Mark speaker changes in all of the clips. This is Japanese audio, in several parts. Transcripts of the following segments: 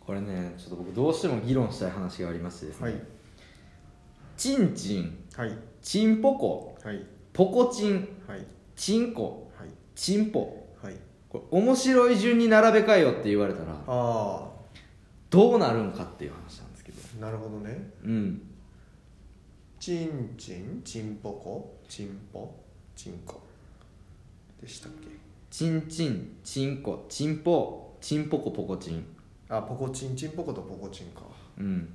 Speaker 1: これねちょっと僕どうしても議論したい話がありましてですね、
Speaker 2: はい
Speaker 1: チンチン
Speaker 2: はい
Speaker 1: チンポコ
Speaker 2: はい
Speaker 1: ポコチン
Speaker 2: はい
Speaker 1: チンコ
Speaker 2: はい
Speaker 1: チンポ
Speaker 2: はい
Speaker 1: これ面白い順に並べ替えよって言われたら
Speaker 2: あ
Speaker 1: どうなるんかっていう話なんですけど
Speaker 2: あなるほどね
Speaker 1: うん
Speaker 2: チンチンチンポコチンポチンコでしたっけ
Speaker 1: チンチンチンコチンポチンポコポコチン
Speaker 2: あポコチンチンポコとポコチンか
Speaker 1: うん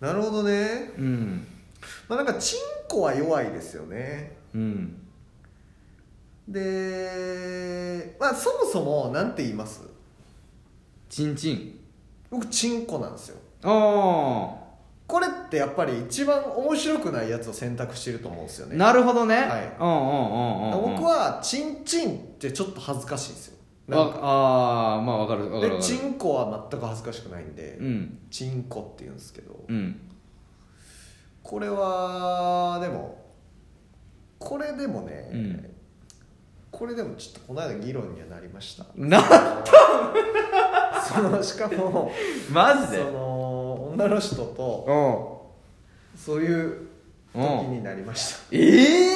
Speaker 2: なるほどね
Speaker 1: うん
Speaker 2: まあなんかチンコは弱いですよね
Speaker 1: うん
Speaker 2: でまあそもそもなんて言います
Speaker 1: チンチン
Speaker 2: 僕チンコなんですよ
Speaker 1: あ
Speaker 2: これってやっぱり一番面白くないやつを選択してると思うんですよ
Speaker 1: あ、
Speaker 2: ね
Speaker 1: なるほどね、
Speaker 2: はい
Speaker 1: うんうんうんうんうん
Speaker 2: 僕はチンチンってちょっと恥ずかしいんですよなんか
Speaker 1: ああーまあわかるわかる
Speaker 2: で
Speaker 1: わか
Speaker 2: チ
Speaker 1: る
Speaker 2: ンコは全く恥ずかしくないんで、
Speaker 1: うん
Speaker 2: チンコって言うんですけど
Speaker 1: うん
Speaker 2: これはでもこれでもね、
Speaker 1: うん
Speaker 2: これでもちょっとこの間議論にはなりました
Speaker 1: な
Speaker 2: そのしかも
Speaker 1: マジ
Speaker 2: そ
Speaker 1: で
Speaker 2: の女の人と
Speaker 1: うん
Speaker 2: そういう時
Speaker 1: うん
Speaker 2: になりまし
Speaker 1: ええ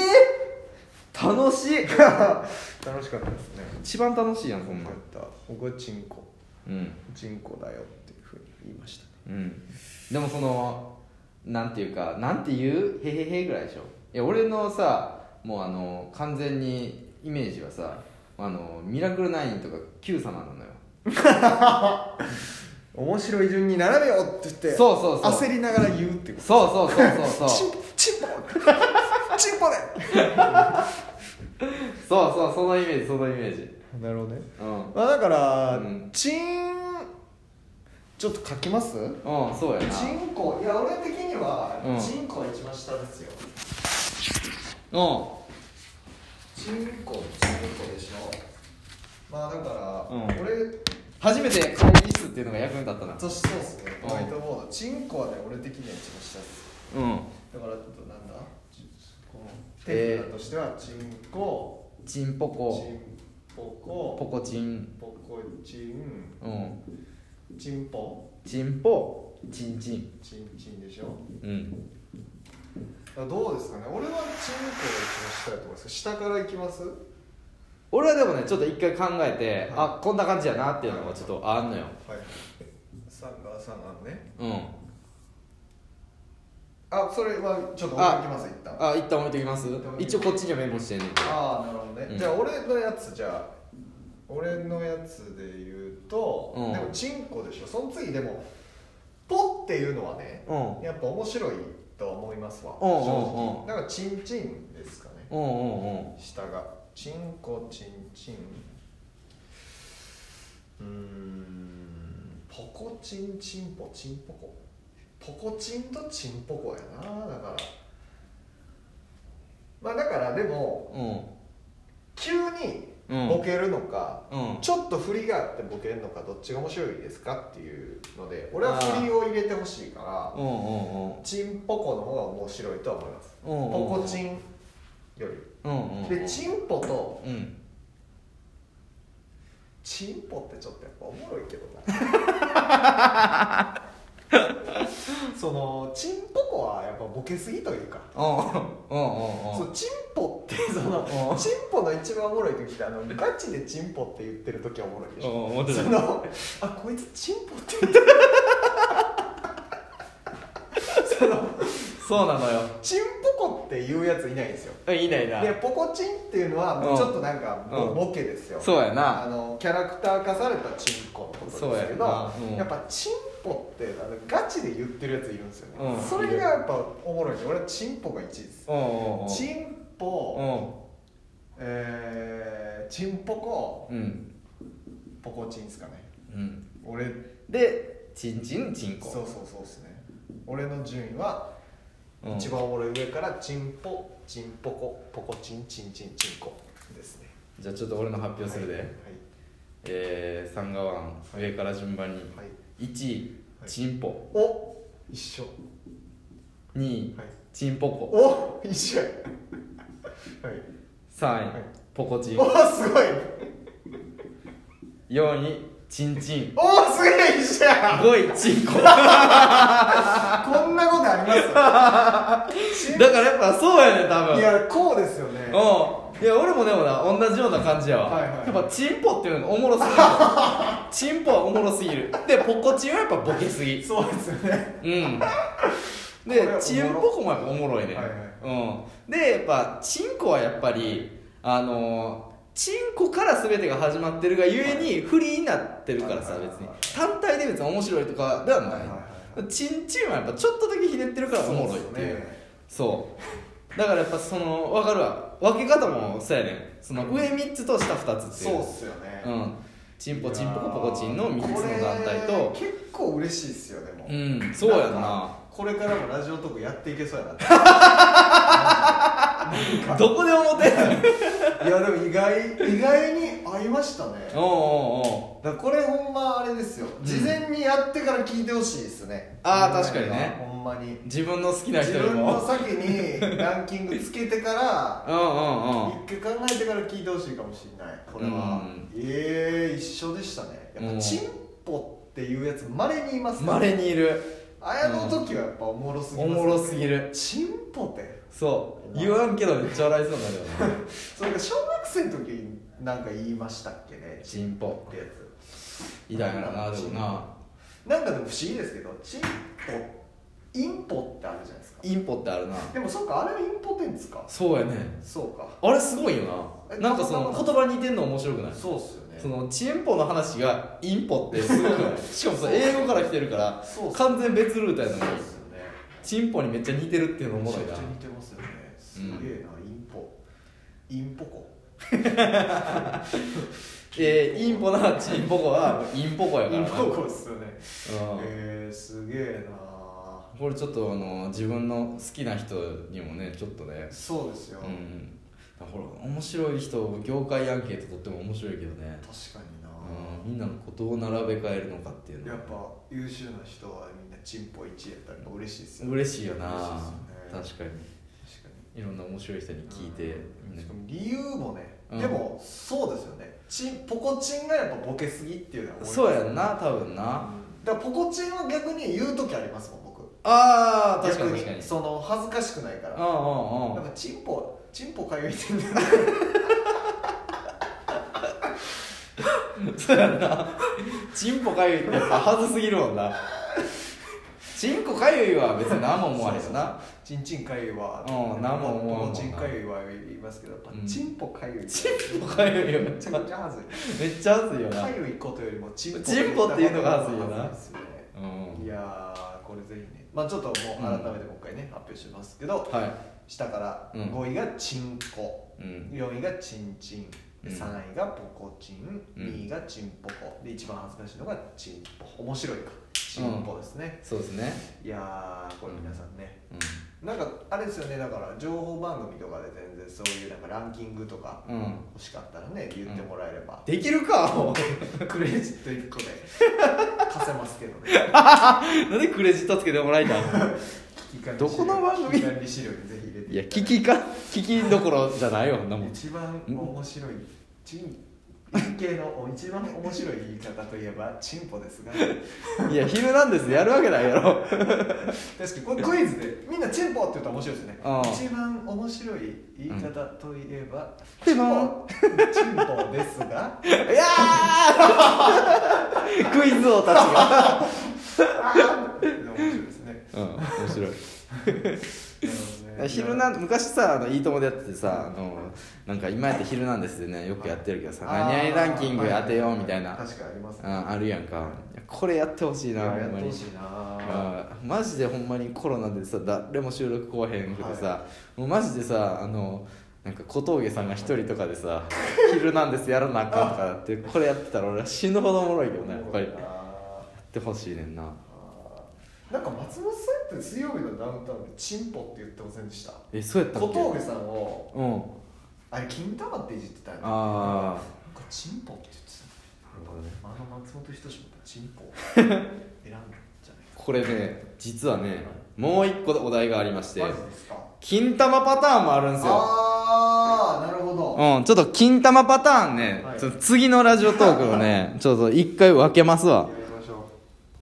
Speaker 1: ー、楽しい
Speaker 2: た 楽しかったですね
Speaker 1: 一番楽しいやんそん
Speaker 2: よ
Speaker 1: な
Speaker 2: か
Speaker 1: ん
Speaker 2: った僕はチンコ
Speaker 1: うん
Speaker 2: チンコだよっていうふうに言いましたね
Speaker 1: うんでもそのなんていうかなんていうへへへぐらいでしょいや俺のさもうあの完全にイメージはさあのミラクルナインとか Q 様なのよ
Speaker 2: 面白い順に並べよって言って
Speaker 1: そうそうそう
Speaker 2: 焦りながら言うっていうこ
Speaker 1: そうそうそうそう そう
Speaker 2: とチンポチンポチンポで
Speaker 1: そうそうそのイメージそのイメージ
Speaker 2: なるほどね
Speaker 1: うん
Speaker 2: まあだから、
Speaker 1: うん
Speaker 2: チンちょっと書きます
Speaker 1: うんそうやな
Speaker 2: チンコいや俺的には、
Speaker 1: うん
Speaker 2: チンコは一番下ですよ
Speaker 1: う
Speaker 2: チンコチンコでしょまあだから、
Speaker 1: うん
Speaker 2: 俺
Speaker 1: ん初めて会議室っていうのが役に立ったな
Speaker 2: としてそうですね
Speaker 1: うん
Speaker 2: ホワイトボードチンコはね俺的には一番下です
Speaker 1: うん
Speaker 2: だからちょっとなんだちこの
Speaker 1: え
Speaker 2: テ
Speaker 1: ー
Speaker 2: ーマとしてはチンコ、
Speaker 1: チンポ
Speaker 2: チ
Speaker 1: コ
Speaker 2: ンポコ
Speaker 1: ポコチン
Speaker 2: ポコチン
Speaker 1: うん
Speaker 2: チンポ
Speaker 1: チンポチンチン
Speaker 2: チンチンでしょ
Speaker 1: うん
Speaker 2: だからどうですかね俺はチンコが一番下やと思います下からいきます
Speaker 1: 俺はでもねちょっと一回考えて、
Speaker 2: は
Speaker 1: あこんな感じやなっていうのがちょっとあんのよ
Speaker 2: はいサンガーサンガーね
Speaker 1: うん
Speaker 2: あそれはちょっと置いときます一旦あ
Speaker 1: あ一旦置いときます一応こっちにはメモしてんねんけど
Speaker 2: あーなるほどね、
Speaker 1: うん
Speaker 2: じゃあ俺のやつじゃあ俺のやつで言うと、
Speaker 1: うん
Speaker 2: でもチンコでしょその次でもポっていうのはね
Speaker 1: うん
Speaker 2: やっぱ面白いとは思いますわ
Speaker 1: うんうんうん
Speaker 2: 正直だからチンチンですかね
Speaker 1: うんうんうん
Speaker 2: 下がチンコチンチンうーんポコチンチンポチンポコポコチンとチンポコやなだからまあだからでも
Speaker 1: うん
Speaker 2: 急に
Speaker 1: うん
Speaker 2: ボケるのか、
Speaker 1: うん
Speaker 2: ちょっと振りがあってボケるのかどっちが面白いですかっていうので俺は振りを入れてほしいから
Speaker 1: うんうんうん
Speaker 2: チンポコの方が面白いとは思います、
Speaker 1: うんうん
Speaker 2: ポコチンより、
Speaker 1: うんうんうん
Speaker 2: でチンポと
Speaker 1: うん
Speaker 2: チンポってちょっとやっぱおもろいけどな そのチンポコはやっぱボケすぎというか
Speaker 1: うんうんうんうん
Speaker 2: そうチンポってその
Speaker 1: うん
Speaker 2: チンポの一番おもろい時ってあのガチでチンポって言ってる時はおもろいでし
Speaker 1: う
Speaker 2: ょ
Speaker 1: ん思ってた
Speaker 2: そのあこいつチンポって 言ってるその
Speaker 1: そうなのよ
Speaker 2: チンポコって言うやついないんですよ
Speaker 1: うんいないな
Speaker 2: でポコチンっていうのはもうちょっとなんか
Speaker 1: うん
Speaker 2: もうボケですよ、
Speaker 1: そうやな
Speaker 2: あのキャラクター化されたチンコのことですけど
Speaker 1: そうや
Speaker 2: や,、
Speaker 1: なうん
Speaker 2: っぱチンポってあのガチで言ってるやついるんですよね、
Speaker 1: うん
Speaker 2: それがやっぱおもろいんで俺はチンポが1位です、
Speaker 1: うんうんうん
Speaker 2: チンポ、
Speaker 1: う
Speaker 2: えー、チンポコ
Speaker 1: んうん
Speaker 2: ポコチンですかね
Speaker 1: うん
Speaker 2: 俺
Speaker 1: でチンチンチンコ
Speaker 2: そうそうそうですね俺の順位は
Speaker 1: うん
Speaker 2: 一番おもろい上からチンポチンポコポコチンチンチンチンコですね
Speaker 1: じゃあちょっと俺の発表するで、
Speaker 2: はい
Speaker 1: えー、サンガワン上から順番に、
Speaker 2: はい、はい
Speaker 1: 1位
Speaker 2: はい
Speaker 1: チンポ
Speaker 2: お一緒
Speaker 1: 2位、
Speaker 2: はい
Speaker 1: チンポコ
Speaker 2: お一緒やはい
Speaker 1: 3位、
Speaker 2: はい
Speaker 1: ポコチン
Speaker 2: おすごい
Speaker 1: 4位チンチン
Speaker 2: おおすげえ一緒や
Speaker 1: ごいチンコだ
Speaker 2: こんなことあ ります
Speaker 1: からやっぱそうやね多分
Speaker 2: いやこうですよね
Speaker 1: うんいや俺もでもな同じような感じやわ、
Speaker 2: はいはいはい
Speaker 1: やっぱチンポっていうのがおもろすぎるチンポはおもろすぎるでポコチンはやっぱボケすぎ
Speaker 2: そうですよね
Speaker 1: うん
Speaker 2: これは
Speaker 1: で
Speaker 2: おもろ
Speaker 1: チンポコもやっぱおもろいね、
Speaker 2: はいはい
Speaker 1: うん、でやっぱチンコはやっぱりあのーチンコから全てが始まってるがゆえにフリーになってるからさ
Speaker 2: はいはい
Speaker 1: 別
Speaker 2: はい
Speaker 1: に単体で別に面白いとかではない、
Speaker 2: はいはいはいはい
Speaker 1: チンチンはやっぱちょっとだけひねってるからおもろいっていう
Speaker 2: そうですよね
Speaker 1: そうだからやっぱその分かるわ分け方もそうやねんその上3つと下2つっていう
Speaker 2: そうっすよね
Speaker 1: うんチンポチンポコポコチンの3つ
Speaker 2: これ
Speaker 1: の団体と
Speaker 2: 結構嬉しいっすよでも
Speaker 1: うんそうやん
Speaker 2: ん
Speaker 1: な
Speaker 2: かこれからもラジオトークやっていけそうやなってなんか
Speaker 1: どこで思ってんの
Speaker 2: いやでも意外意外に合いましたねだか
Speaker 1: おうおうおう
Speaker 2: らこれほんまあれですよ事前にやってから聞いてほしいですね
Speaker 1: あー確かにね
Speaker 2: ほんまに
Speaker 1: 自分の好きな
Speaker 2: 自
Speaker 1: 人より
Speaker 2: 分の
Speaker 1: も
Speaker 2: 先にランキングつけてから
Speaker 1: うん うんうん
Speaker 2: 一回考えてから聞いてほしいかもしれないこれは
Speaker 1: うん
Speaker 2: ええ一緒でしたねやっ
Speaker 1: う
Speaker 2: ぱ
Speaker 1: ん
Speaker 2: チンポっていうやつまれにいます
Speaker 1: まれにいる
Speaker 2: あやの時はやっぱおもろすぎ
Speaker 1: お
Speaker 2: ますね
Speaker 1: もろすぎる
Speaker 2: チンポって
Speaker 1: そう言わんけどめっちゃ笑いそうになるよね
Speaker 2: それが小学生の時になんか言いましたっ けねチ
Speaker 1: チンポ
Speaker 2: ンポってやつ
Speaker 1: 偉大やからなでもな
Speaker 2: なんかでも不思議ですけどチンポインポってあるじゃないですか
Speaker 1: インポってあるな
Speaker 2: でもそっかあれはインポテンツか
Speaker 1: そうやね
Speaker 2: そうか
Speaker 1: あれすごいよな
Speaker 2: え
Speaker 1: なんかその言葉に似てんの面白くない
Speaker 2: そうっすよね
Speaker 1: そのチンポの話がインポってすごく ないしかもそれ英語から来てるから
Speaker 2: そうっす
Speaker 1: 完全別ルートやのに
Speaker 2: そうっすよね
Speaker 1: チンポにめっちゃ似てるっていうのおもろい
Speaker 2: めち
Speaker 1: な
Speaker 2: ゃくちゃ似てますよねすげえな、インポインポコ
Speaker 1: えー、インポなチンポコはインポコやか
Speaker 2: イ
Speaker 1: ら
Speaker 2: ン
Speaker 1: な
Speaker 2: ポコっすよね
Speaker 1: うん
Speaker 2: えー、すげえな
Speaker 1: これちょっとあの自分の好きな人にもねちょっとね
Speaker 2: そうですよ、
Speaker 1: うんほら面白い人業界アンケート取っても面白いけどね、
Speaker 2: 確かにな、
Speaker 1: うん、みんなのこうどう並べ替えるのかっていうの
Speaker 2: や
Speaker 1: は
Speaker 2: っぱ優秀な人はみんなチンポ1位やったら嬉しいですよ
Speaker 1: 嬉しいよな
Speaker 2: 嬉しいっすよね
Speaker 1: 確かに
Speaker 2: 確か
Speaker 1: いろんな面白い人に
Speaker 2: に
Speaker 1: 聞いて、
Speaker 2: うんしかも理由もね、
Speaker 1: うん
Speaker 2: でもそうですよねチンポコチンがやっぱボケすぎっていうのは多いです
Speaker 1: そうやんな多分な、
Speaker 2: だからポコチンは逆に言う時ありますもん僕
Speaker 1: ああ確かに
Speaker 2: 逆
Speaker 1: 確かに
Speaker 2: その恥ずかしくないから
Speaker 1: うんうん
Speaker 2: な
Speaker 1: うんん
Speaker 2: かチンポチンポかゆいってんだよ
Speaker 1: そうやんな チンポかゆいってやっぱはずすぎるもん なチンコかゆいは別に何も思われるな
Speaker 2: チンチンかゆいは
Speaker 1: うん何も思わんもんな
Speaker 2: ポコチンかゆいは言いますけどやっぱ
Speaker 1: うん
Speaker 2: チンポかゆいって
Speaker 1: チンポかゆいよめっ
Speaker 2: めち
Speaker 1: ち
Speaker 2: ゃ
Speaker 1: ゃ
Speaker 2: くちゃ恥ずい
Speaker 1: めっちゃはずいよな
Speaker 2: かゆいことよりもチンポ
Speaker 1: チンポっていうのが恥ずいよな
Speaker 2: 恥ずいです
Speaker 1: う
Speaker 2: ねい
Speaker 1: ん
Speaker 2: やーこれぜひねまあちょっともう改めてもう一回ね、発表しますけど
Speaker 1: は
Speaker 2: 下から
Speaker 1: うん
Speaker 2: 5位がチンコ、
Speaker 1: いうん
Speaker 2: 4位がチンチンで
Speaker 1: うん
Speaker 2: 3位がポコチン、
Speaker 1: うん
Speaker 2: 2位がチンポコで一番恥ずかしいのがチンポ面白いかチンポですね、
Speaker 1: そうですね
Speaker 2: いやーこれ皆さんね、
Speaker 1: うん
Speaker 2: なんかあれですよねだから情報番組とかで全然そういうなんかランキングとか
Speaker 1: うん
Speaker 2: 欲しかったらね言ってもらえれば、
Speaker 1: できるかも
Speaker 2: クレジット1個で貸せますけどね
Speaker 1: うなんでクレジットつけてもらいたいの
Speaker 2: 危機管理
Speaker 1: どこの番組
Speaker 2: 資料危機管理資料にぜひ入れ て
Speaker 1: いや
Speaker 2: ただ
Speaker 1: 聞きか聞きどころじゃないよそんなもん
Speaker 2: 一番面白いチン系の一番面白い言い方といえば チンポですが
Speaker 1: いや「ヒルナンデス」やるわけないやろ
Speaker 2: 確かにこれクイズでみんなチンポって言ったら面白いですね
Speaker 1: ああ
Speaker 2: 一番面白い言い方といえば、
Speaker 1: うん
Speaker 2: チンポチンポですが
Speaker 1: い やー クイズ王たちが
Speaker 2: ああ面白いですね
Speaker 1: うん面白い
Speaker 2: なるほどね
Speaker 1: 昼なん昔さ「あのいいとも!」でやっててさあのなんか今やって「昼なんです」でねよくやってるけどさ「
Speaker 2: あー
Speaker 1: 何々ランキング当てよう」みたいな
Speaker 2: 確かにありますね
Speaker 1: ああるやんかいやこれやってほしいなほ
Speaker 2: や
Speaker 1: ん
Speaker 2: って
Speaker 1: ま
Speaker 2: ほ
Speaker 1: に
Speaker 2: しいな
Speaker 1: あーマジでほんまにコロナでさ誰も収録来へんくてさ、
Speaker 2: は
Speaker 1: もうマジでさあのなんか小峠さんが一人とかでさ 「昼なんです」やらなあかんとかってこれやってたら俺は死ぬほどおもろいけどねやっぱりやってほしいねんな
Speaker 2: なんか松本さんって水曜日のダウンタウンでチンポって言ってませんでした
Speaker 1: えそうやったっけ
Speaker 2: 小峠さんを
Speaker 1: うん
Speaker 2: あれ金玉っていじってたよね
Speaker 1: ああ
Speaker 2: なんかチンポって言ってた
Speaker 1: なるほどね
Speaker 2: あの松本人志もチンポ 選んだんじゃない
Speaker 1: これね実はねもう一個お題がありまして
Speaker 2: マジですか
Speaker 1: 金玉パターンもあるんですよ
Speaker 2: あああなるほど
Speaker 1: うん、ちょっと金玉パターンね、
Speaker 2: はい
Speaker 1: ちょっと次のラジオトークをねちょっと一回分けますわ